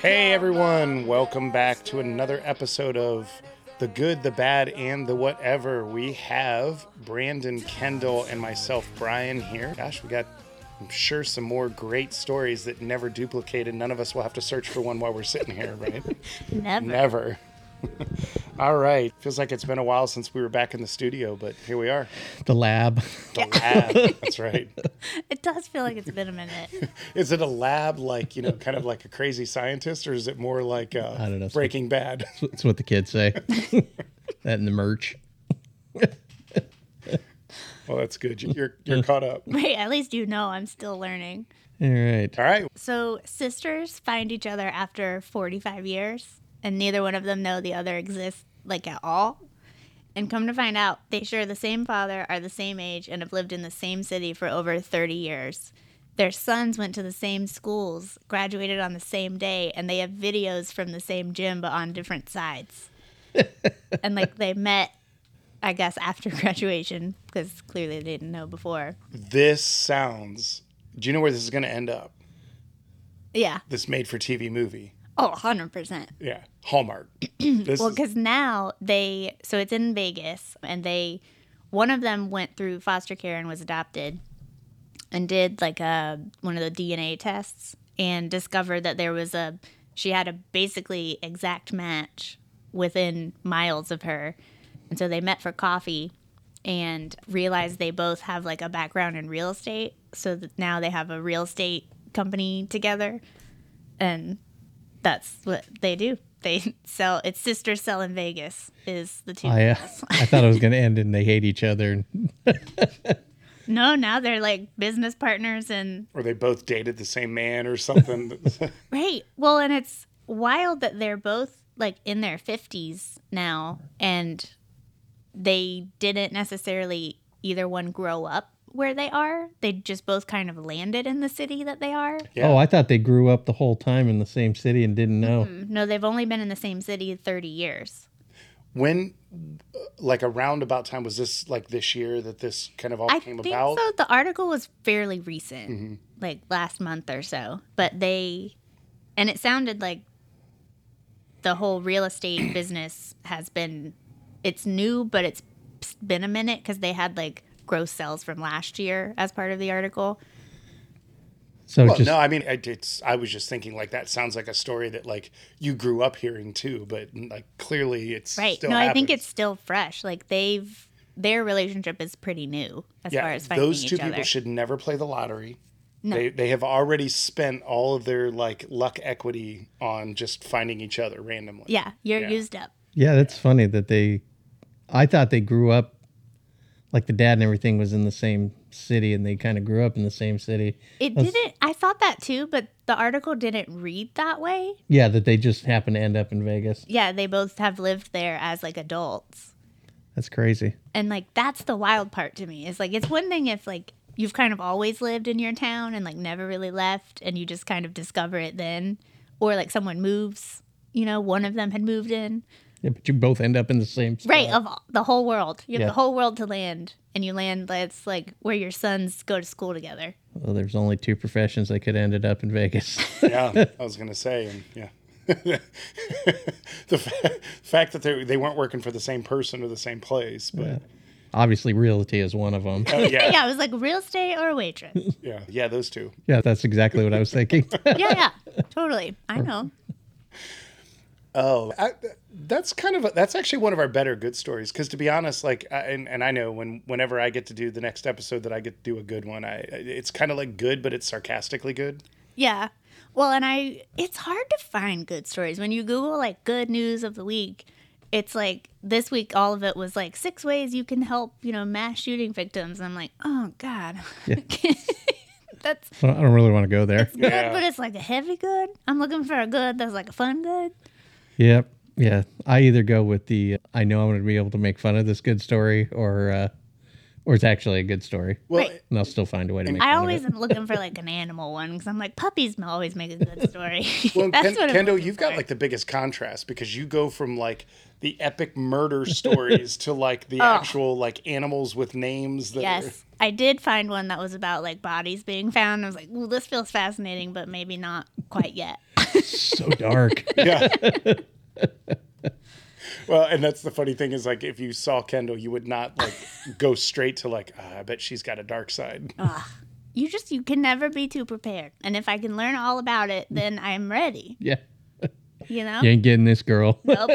Hey everyone, welcome back to another episode of The Good, the Bad, and the Whatever. We have Brandon Kendall and myself, Brian, here. Gosh, we got, I'm sure, some more great stories that never duplicated. None of us will have to search for one while we're sitting here, right? Never. Never. All right. Feels like it's been a while since we were back in the studio, but here we are. the lab. The lab. That's right. It does feel like it's been a minute. Is it a lab like, you know, kind of like a crazy scientist, or is it more like uh, don't know. Breaking Bad? That's what the kids say. that and the merch. Well, Oh, that's good. You- You're you're caught up. Wait, at least you know I'm still learning. All right. All right. So, sisters find each other after 45 years, and neither one of them know the other exists, like at all. And come to find out, they share the same father, are the same age, and have lived in the same city for over 30 years. Their sons went to the same schools, graduated on the same day, and they have videos from the same gym but on different sides. and like they met, I guess, after graduation because clearly they didn't know before. This sounds. Do you know where this is going to end up? Yeah. This made for TV movie. Oh, 100%. Yeah. Hallmark. This Well, is- because now they, so it's in Vegas, and they, one of them went through foster care and was adopted, and did like a one of the DNA tests and discovered that there was a, she had a basically exact match within miles of her, and so they met for coffee, and realized they both have like a background in real estate, so that now they have a real estate company together, and that's what they do. They sell it's sister sell in Vegas is the two. I uh, I thought it was going to end and they hate each other. No, now they're like business partners and or they both dated the same man or something. right. Well, and it's wild that they're both like in their fifties now, and they didn't necessarily either one grow up where they are. They just both kind of landed in the city that they are. Yeah. Oh, I thought they grew up the whole time in the same city and didn't know. No, they've only been in the same city thirty years. when, uh, like, around about time was this like this year that this kind of all I came think about? Mm-hmm. so. The article was fairly recent, like last month or so. But they, and it sounded like the whole real estate business has been, it's new, but it's been a minute because they had like gross sales from last year as part of the article. So Well, just no, I mean, I, it's. I was just thinking, like, that sounds like a story that, like, you grew up hearing too, but like, clearly, it's Right. Still no, I think happens. it's still fresh. Like they've, their relationship is pretty new as far as finding those two each people other. should never play the lottery. They they have already spent all of their like luck equity on just finding each other randomly. yeah, you're Yeah. used up. yeah, that's funny that they I thought they grew up like the dad and everything was in the same city and they kind of grew up in the same city. It didn't. I thought that too, but the article didn't read that way. Yeah, that they just happened to end up in Vegas. yeah, they both have lived there as like adults. That's crazy. And like that's the wild part to me. Is like it's one thing if like you've kind of always lived in your town and like never really left and you just kind of discover it then or like someone moves, you know, one of them had moved in. Yeah, but you both end up in the same spot. Right, of all, the whole world. You have Yeah. the whole world to land and you land that's like where your sons go to school together. Well, there's only two professions they could have ended up in Vegas. yeah. I was gonna say, and yeah, the fa- fact that they they weren't working for the same person or the same place, but Obviously, realty is one of them. Oh, yeah, yeah, Yeah, it was like real estate or waitress. yeah, those two. Yeah, that's exactly what I was thinking. yeah, yeah. Totally. I know. Oh, I, that's kind of a, that's actually one of our better good stories. Because to be honest, like, I, and and I know when whenever I get to do the next episode that I get to do a good one, I it's kind of like good, but it's sarcastically good. Yeah. Well, and I, it's hard to find good stories. When you Google like good news of the week, it's like this week, all of it was like six ways you can help, you know, mass shooting victims. And I'm like, oh God. that's I don't I don't really want to go there. good, Yeah. but it's like a heavy good. I'm looking for a good that's like a fun good. Yep. Yeah. I either go with the I know I'm going to be able to make fun of this good story, or uh, or it's actually a good story, Well, Right. and I'll still find a way to make. I fun always Of am looking for like an animal one because I'm like, puppies always make a good story. Well, that's Ken- what I'm Kendall, looking you've got for. like the biggest contrast because you go from like the epic murder stories to like the actual like animals with names. That are- Oh. Yes. I did find one that was about like bodies being found. I was like, ooh, this feels fascinating, but maybe not quite yet. so dark. yeah. well, and that's the funny thing is like if you saw Kendall, you would not like go straight to like "Ah, I bet she's got a dark side. Oh. You just you can never be too prepared. And if I can learn all about it, then I'm ready. yeah. You know? You ain't getting this girl. Nope.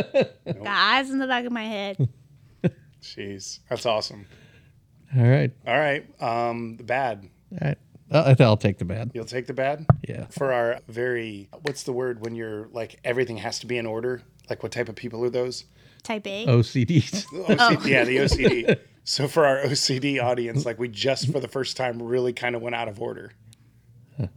Got eyes in the back of my head. Jeez, that's awesome. All right. All right, um, the bad. All right. I I think I'll take the bad. You'll take the bad Yeah. for our very what's the word when you're like everything has to be in order. Like what type of people are those? Type A. Oh. OCDs. OCD, Yeah, the OCD. so for our OCD audience, like we just for the first time really kind of went out of order.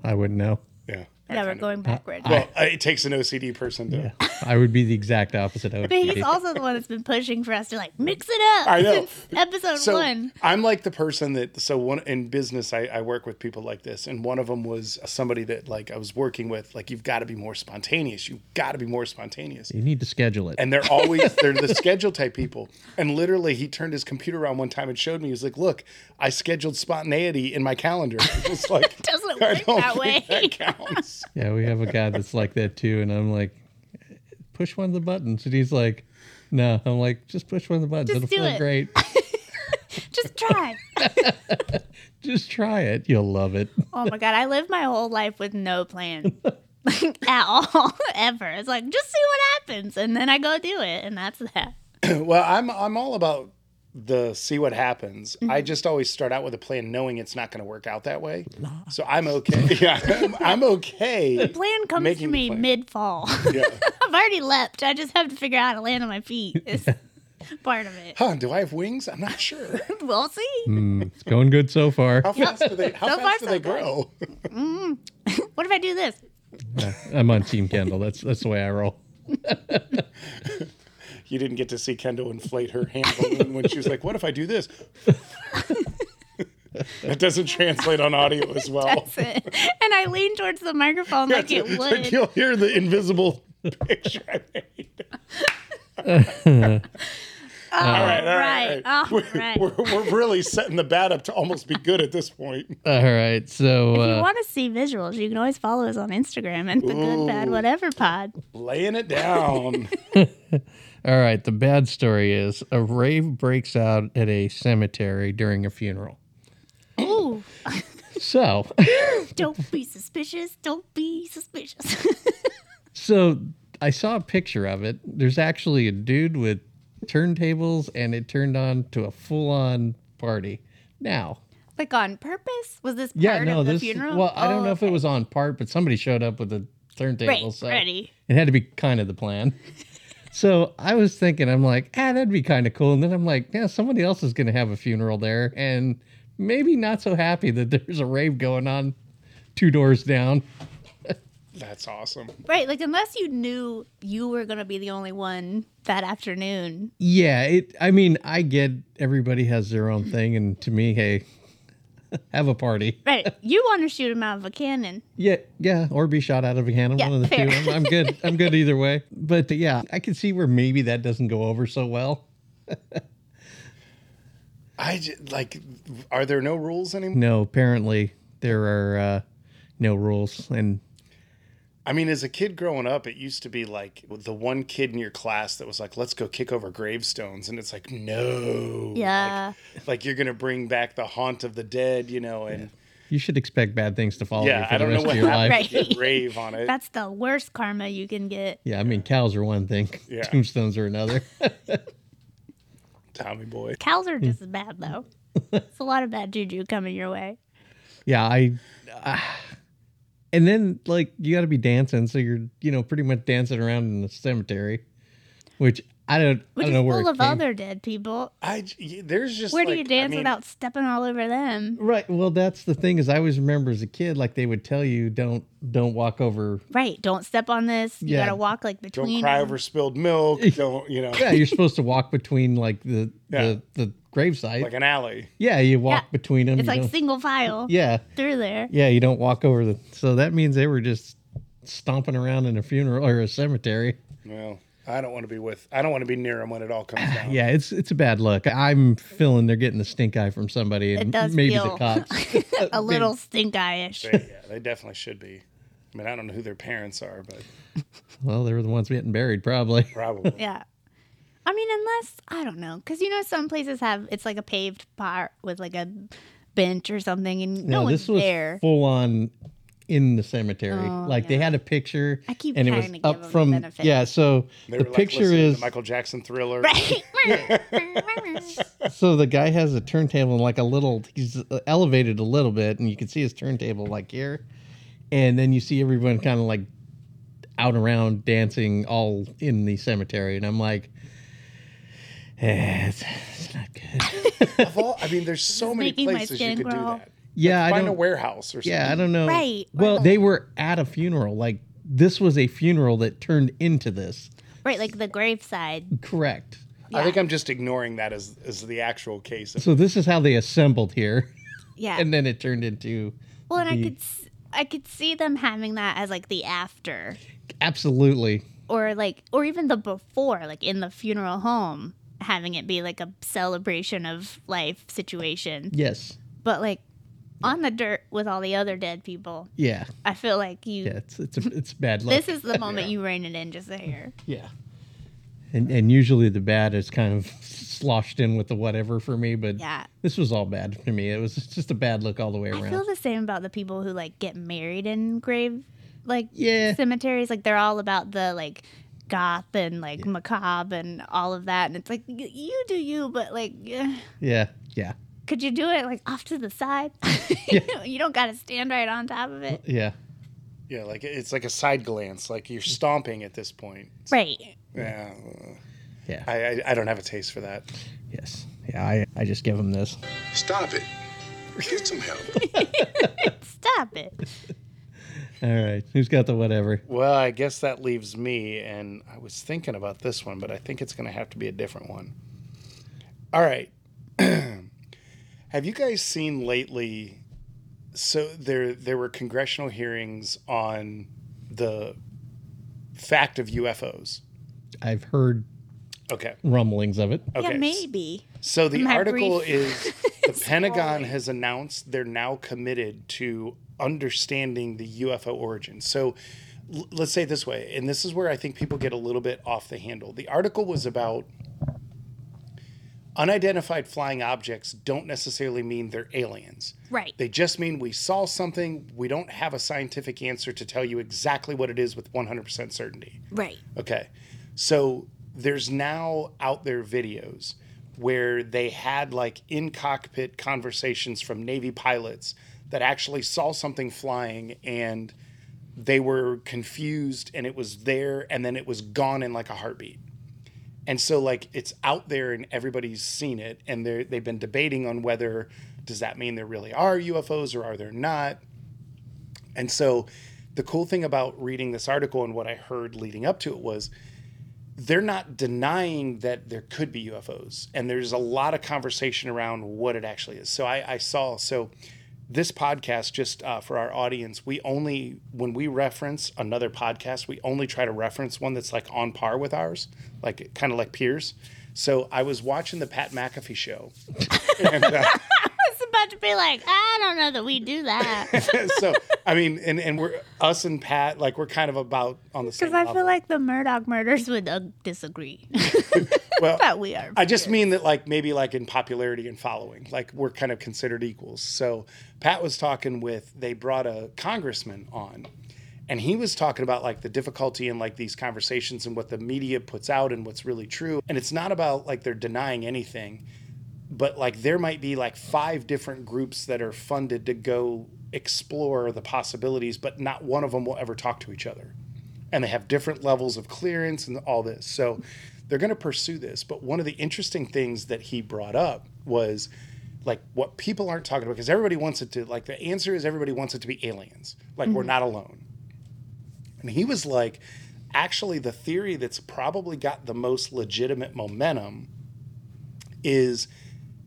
I wouldn't know. Yeah. I yeah, we're kind of- going backward. well, it takes an OCD person to. I would be the exact opposite of but he's OCD. also the one that's been pushing for us to like mix it up I know. since episode So one. I'm like the person that so one in business I, I work with people like this, and one of them was somebody that like I was working with. Like you've got to be more spontaneous. You've got to be more spontaneous. You need to schedule it. And they're always they're the schedule type people. And literally, he turned his computer on one time and showed me. He was like, "Look, I scheduled spontaneity in my calendar." It was like Doesn't I work don't that think way. that counts. Yeah, we have a guy that's like that too, and I'm like, push one of the buttons, and he's like, no. I'm like, just push one of the buttons. Just It'll do feel it." great. Just try. Just try it. You'll love it. Oh my god, I lived my whole life with no plan. Like, at all ever. It's like just see what happens and then I go do it and that's that. Well, I'm I'm all about the see what happens. I Mm-hmm. just always start out with a plan, knowing it's not going to work out that way. So I'm okay. Yeah, I'm, I'm okay. Plan comes Making the to me plan. mid fall. Yeah. I've already leapt. I just have to figure out how to land on my feet. It's part of it. Huh? Do I have wings? I'm not sure. We'll see. Mm, it's going good so far. How fast do they? How So far, fast do so they good. grow? What if I do this? Yeah, I'm on Team Kendall. That's that's the way I roll. You didn't get to see Kendall inflate her hand balloon when she was like, "What if I do this?" that doesn't translate on audio as well. That's it. And I lean towards the microphone like it would. Like you'll hear the invisible picture I made. all right, all right, all We're- right. We're, we're really setting the bat up to almost be good at this point. All right, so If you uh, want to see visuals, you can always follow us on Instagram at the Good Bad Whatever Pod. Laying it down. all right. The bad story is a rave breaks out at a cemetery during a funeral. Ooh, So, don't be suspicious. Don't be suspicious. so I saw a picture of it. There's actually a dude with turntables, and it turned on to a full-on party. Now, like on purpose? Was this part Yeah, no, of the this. funeral? Well, I don't Oh, know if it okay. was on part, but somebody showed up with a turntable, Right, so ready. it had to be kind of the plan. so I was thinking, I'm like, ah, that'd be kind of cool, and then I'm like, yeah, somebody else is going to have a funeral there, and maybe not so happy that there's a rave going on two doors down. That's awesome. Right, like unless you knew you were going to be the only one that afternoon. Yeah, it. I mean, I get everybody has their own thing, and to me, hey, have a party. Right, you want to shoot him out of a cannon. Yeah, yeah, or be shot out of a cannon. Yeah, one of the fair. two. I'm, I'm good. I'm good either way. But uh, yeah, I can see where maybe that doesn't go over so well. I j- like. Are there no rules anymore? No, apparently there are uh, no rules, and I mean, as a kid growing up, it used to be like the one kid in your class that was like, "Let's go kick over gravestones," and it's like, no, Yeah. like, like you're gonna bring back the haunt of the dead, you know, and you should expect bad things to follow yeah, you for I the don't know rest what of your happened. life. Right. if you rave on it. That's the worst karma you can get. Yeah, I mean cows are one thing, Yeah. tombstones are another. Tommy boy. Cows are just as bad, though. it's a lot of bad juju coming your way. yeah, I. ah. and then like you got to be dancing, so you're you know pretty much dancing around in the cemetery, which I don't I Which is don't know where full it of came other dead people. I j- there's just Where do like- you dance I mean, without stepping all over them? Right. Well, that's the thing is I always remember as a kid, like they would tell you, don't don't walk over. Right. Don't step on this. You Yeah. gotta walk like Don't between. cry them. over spilled milk. Don't you know? Yeah, you're supposed to walk between like the Yeah. the, the gravesite. Like an alley. yeah, you walk Yeah. between them. It's like single file yeah, through there. yeah, you don't walk over the. So that means they were just stomping around in a funeral or a cemetery. Well, I don't want to be with. I don't want to be near him when it all comes down. Yeah, it's it's a bad look. I'm feeling they're getting the stink eye from somebody, and does maybe feel- the cops. A little stink eye ish. They, yeah, they definitely should be. I mean, I don't know who their parents are, but Well, they were the ones getting buried, probably. probably. Yeah. I mean, unless I don't know, because you know some places have it's like a paved part with like a bench or something, and no, one's this was there. full on in the cemetery. Oh, like they had a picture. I keep and it trying was to give up them the from benefit. yeah. So They the were like picture listening is to Michael Jackson Thriller. so the guy has a turntable and like a little he's uh, elevated a little bit and you can see his turntable like here and then you see everyone kind of like out around dancing all in the cemetery and i'm like eh, it's, it's not good Of all- I mean, there's so many making my places you skin could do crawl. that. yeah i Find a don't warehouse or something. yeah i don't know Right. well they were at a funeral like this was a funeral that turned into this right, like the graveside. correct I think I'm just ignoring that as as the actual case. Of, so this is how they assembled here Yeah. and then it turned into well, and I the- could s- I could see them having that as like the after, absolutely or like, or even the before, like in the funeral home, having it be like a celebration of life situation, yes but like on the dirt with all the other dead people. yeah I feel like you. yeah it's it's, a, it's bad luck This is the moment you rein it in just a hair. Yeah. And and usually the bad is kind of sloshed in with the whatever for me, but Yeah. this was all bad for me. It was just a bad look all the way I around. feel the same about the people who like get married in grave like Yeah. cemeteries. Like they're all about the like goth and like macabre and all of that. And it's like y- you do you, but like eh, yeah. Yeah. could you do it like off to the side? you don't got to stand right on top of it. Yeah. yeah, like it's like a side glance. Like you're stomping at this point. Right. Yeah, Yeah. I I, I don't have a taste for that. yes. Yeah, I, I just give him this. Stop it. Get some help. Stop it. All right. Who's got the whatever? Well, I guess that leaves me, and I was thinking about this one, but I think it's going to have to be a different one. All right. have you guys seen lately? So there, there were congressional hearings on the fact of UFOs. I've heard Okay. rumblings of it. Okay. Yeah, maybe. So the My article brief is the Pentagon has announced they're now committed to understanding the UFO origin. So l- let's say it this way, and this is where I think people get a little bit off the handle. The article was about unidentified flying objects don't necessarily mean they're aliens. Right. They just mean we saw something. We don't have a scientific answer to tell you exactly what it is with 100% certainty. Right. Okay. So there's now out there videos where they had like in cockpit conversations from Navy pilots that actually saw something flying and they were confused and it was there and then it was gone in like a heartbeat. And so like it's out there and everybody's seen it and they they've been debating on whether does that mean there really are UFOs or are there not? And so the cool thing about reading this article and what I heard leading up to it was they're not denying that there could be UFOs. And there's a lot of conversation around what it actually is. So I, I saw, so this podcast, just uh, for our audience, we only, when we reference another podcast, we only try to reference one that's like on par with ours, like kind of like peers. So I was watching the Pat McAfee show. I was about to be like, I don't know that we do that. so, I mean, and, and we're, us and Pat, like we're kind of about on the same Because I level. feel like the Murdoch murders would uh, disagree. well, that we are. I just mean that, like, maybe like in popularity and following, like, we're kind of considered equals. So, Pat was talking with, they brought a congressman on, and he was talking about like the difficulty in like these conversations and what the media puts out and what's really true. And it's not about like they're denying anything, but like there might be like five different groups that are funded to go explore the possibilities, but not one of them will ever talk to each other and they have different levels of clearance and all this. So they're going to pursue this. But one of the interesting things that he brought up was like what people aren't talking about because everybody wants it to, like, the answer is everybody wants it to be aliens. Like, we're not alone. And he was like, actually, the theory that's probably got the most legitimate momentum is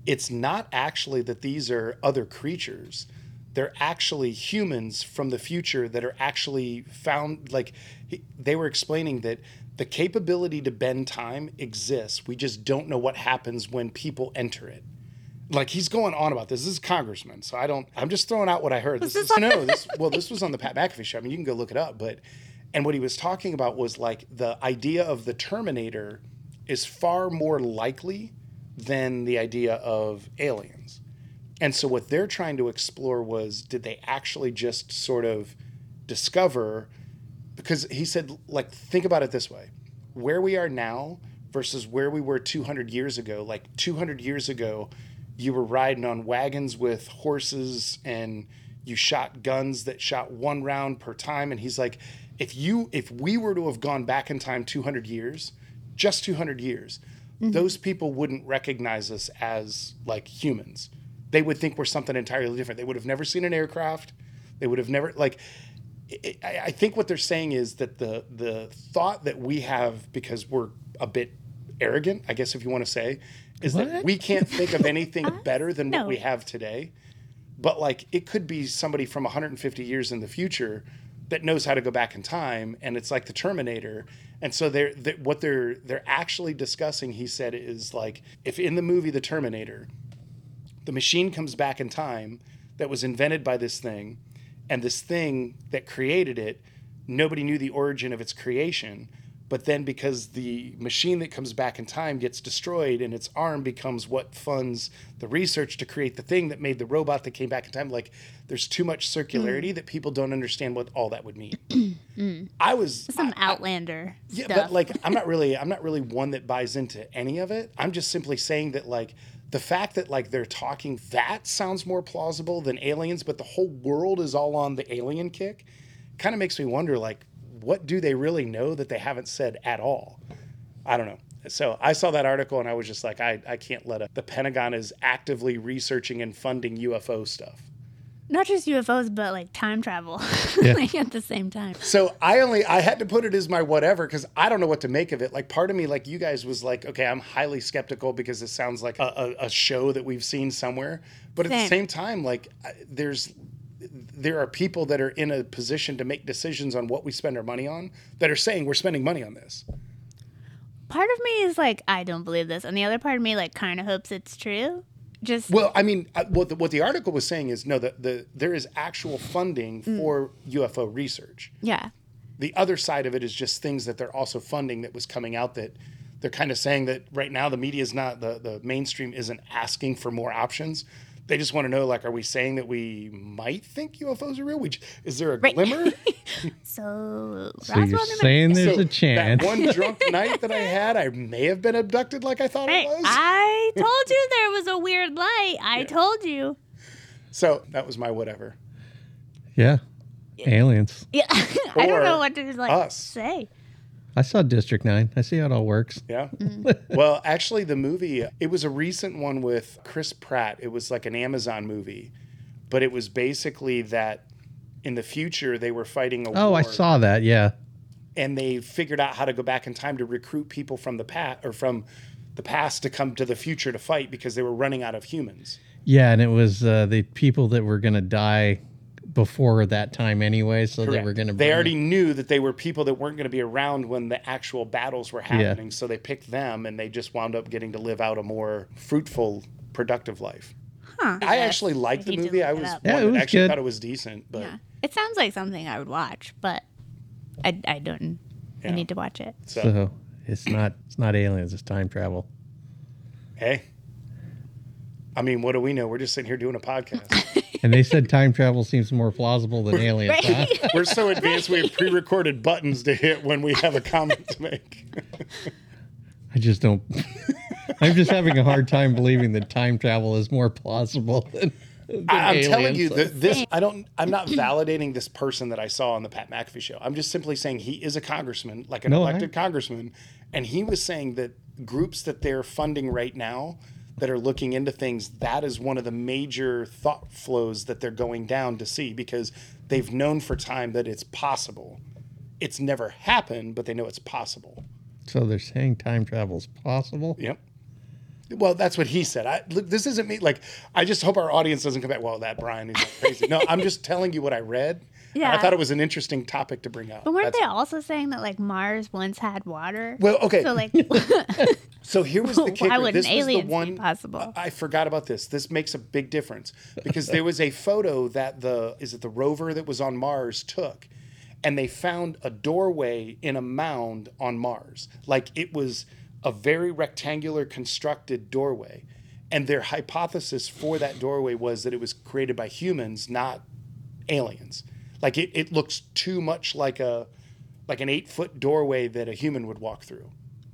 it's not actually that these are other creatures. They're actually humans from the future that are actually found. Like he- they were explaining that the capability to bend time exists. We just don't know what happens when people enter it. like he's going on about this. This is congressman, so I don't. I'm just throwing out what I heard. This, is is no. This, well, this was on the Pat McAfee show. I mean, you can go look it up. But and what he was talking about was like the idea of the Terminator is far more likely than the idea of aliens. And so what they're trying to explore was did they actually just sort of discover because he said like think about it this way where we are now versus where we were 200 years ago like 200 years ago you were riding on wagons with horses and you shot guns that shot one round per time and he's like if you if we were to have gone back in time 200 years just 200 years those people wouldn't recognize us as like humans they would think we're something entirely different they would have never seen an aircraft they would have never like I- I, I think what they're saying is that the the thought that we have because we're a bit arrogant, I guess if you want to say, is that What? we can't think of anything better than No. what we have today. But like it could be somebody from 150 years in the future that knows how to go back in time, and it's like the Terminator. And so they're, they what they're they're actually discussing. He said is like if in the movie The Terminator, the machine comes back in time that was invented by this thing and this thing that created it nobody knew the origin of its creation but then because the machine that comes back in time gets destroyed and its arm becomes what funds the research to create the thing that made the robot that came back in time like there's too much circularity that people don't understand what all that would mean i was Some Outlander yeah, stuff. but like I'm not really I'm not really one that buys into any of it. I'm just simply saying that like the fact that like they're talking that sounds more plausible than aliens, but the whole world is all on the alien kick kind of makes me wonder like what do they really know that they haven't said at all? I don't know. So I saw that article and I was just like I I can't let it. The Pentagon is actively researching and funding UFO stuff. Not just UFOs, but like time travel like at the same time. So I only I had to put it as my whatever because I don't know what to make of it. Like part of me, like you guys, was like, okay, I'm highly skeptical because this sounds like a, a, a show that we've seen somewhere. But at the Same. same time, like I- there's there are people that are in a position to make decisions on what we spend our money on that are saying we're spending money on this. Part of me is like, I don't believe this. And the other part of me like kind of hopes it's true. Just Well, I mean, I- what the, what the article was saying is no, the, the there is actual funding for UFO research. yeah. the other side of it is just things that they're also funding that was coming out that they're kind of saying that right now the media is not the, the mainstream isn't asking for more options they just want to know like are we saying that we might think ufos are real Which is there a glimmer So, So you're saying there's So a chance. that one drunk night that i had i may have been abducted like i thought Hey, i was I told you there was a weird light. I told you. so that was my whatever yeah. Aliens. Yeah. I don't know Or what to like us. say. I saw District 9. I see how it all works. Yeah. Mm-hmm. well, actually, the movie, it was a recent one with Chris Pratt. It was like an Amazon movie, but it was basically that in the future they were fighting a Oh, war I saw that. Yeah. and they figured out how to go back in time to recruit people from the past or from the past to come to the future to fight because they were running out of humans. Yeah. And it was uh, the people that were going to die before that time anyway. So they Correct. were going to. They already knew that they were people that weren't going to be around when the actual battles were happening, so they picked them and they just wound up getting to live out a more fruitful, productive life. Huh. I actually liked I the need to movie. look I it was one up. Yeah, it that was actually good. thought it was decent, but Yeah. It sounds like something I would watch, but I, I don't. I Yeah. need to watch it. so So it's not it's not aliens. It's time travel. hey, I mean, what do we know? We're just sitting here doing a podcast. And they said time travel seems more plausible than aliens. huh? Right? We're so advanced. We have pre-recorded buttons to hit when we have a comment to make. I just don't. I'm just having a hard time believing that time travel is more plausible than. than I- I'm telling aliens. you that this. I don't. I'm not validating this person that I saw on the Pat McAfee show. I'm just simply saying he is a congressman, like an No, I- elected congressman, and he was saying that groups that they're funding right now that are looking into things that is one of the major thought flows that they're going down to see because they've known for time that it's possible. It's never happened, but they know it's possible. So they're saying time travel is possible. Yep. Well, that's what he said. I look, this isn't me. Like, I just hope our audience doesn't come back. Well, that Brian is crazy. No, I'm just telling you what I read. and I Yeah. thought it was an interesting topic to bring up. But weren't That's- they also saying that like Mars once had water? Well, okay. So like, So here was the kicker. why would this an was the alien one be possible? I forgot about this. This makes a big difference because there was a photo that the is it the rover that was on Mars took, and they found a doorway in a mound on Mars. Like it was a very rectangular constructed doorway, and their hypothesis for that doorway was that it was created by humans, not aliens. Like it, it looks too much like a like an eight foot doorway that a human would walk through.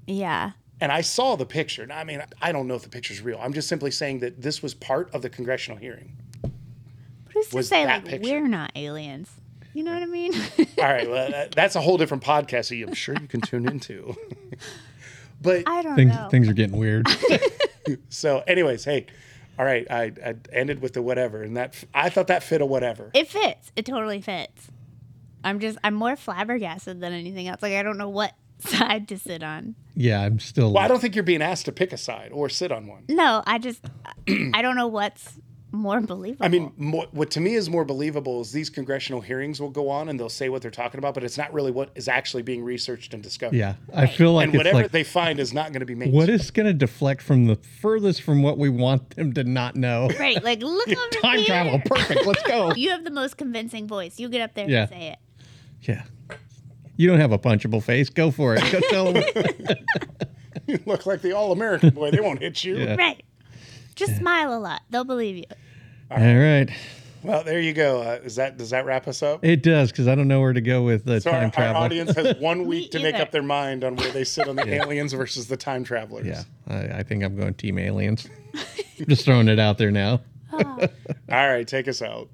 yeah. And I saw the picture. And I mean, I don't know if the picture's real. I'm just simply saying that this was part of the congressional hearing. Who's to Was say that like picture- we're not aliens? You know what I mean? All right. Well, that- that's a whole different podcast that I'm sure you can tune into. but I don't Things know. things are getting weird. so, anyways, hey, all right. I, I ended with the whatever. And that I thought that fit a whatever. It fits. It totally fits. I'm just I'm more flabbergasted than anything else. Like I don't know what side to sit on. yeah, I'm still. well, I don't think you're being asked to pick a side or sit on one. No, I just I don't know what's more believable. I mean, more, what to me is more believable is these congressional hearings will go on and they'll say what they're talking about, but it's not really what is actually being researched and discovered. yeah, I feel like And it's whatever like they find is not going to be mainstream. what is going to deflect from the furthest from what we want them to not know. right? Like look over Time here. travel, perfect. Let's go. You have the most convincing voice. You get up there Yeah. and say it. Yeah. You don't have a punchable face. Go for it. Go tell them. look like the all American boy. They won't hit you. Yeah. Right. Just smile a lot. They'll believe you. All right. Well, there you go. Uh, is that does that wrap us up? It does because I don't know where to go with uh, So time our, our travel. audience has one week to make either. up their mind on where they sit on the aliens versus the time travelers. yeah, I, I think I'm going team aliens. Just throwing it out there now. All right, take us out.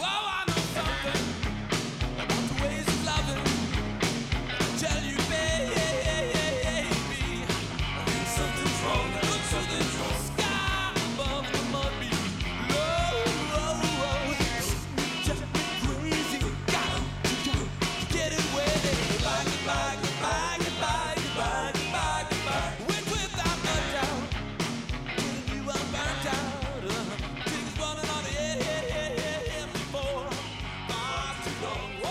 Wow, I know something about the ways of loving. Tell you, baby, I think something's wrong. Look to the sky above the mud beach. just crazy. Gotta, get it wet. Goodbye, goodbye, goodbye, goodbye, goodbye, goodbye, goodbye. Went without a doubt. When you are burnt out, uh, things running on the air, air, air, air, air before far too long.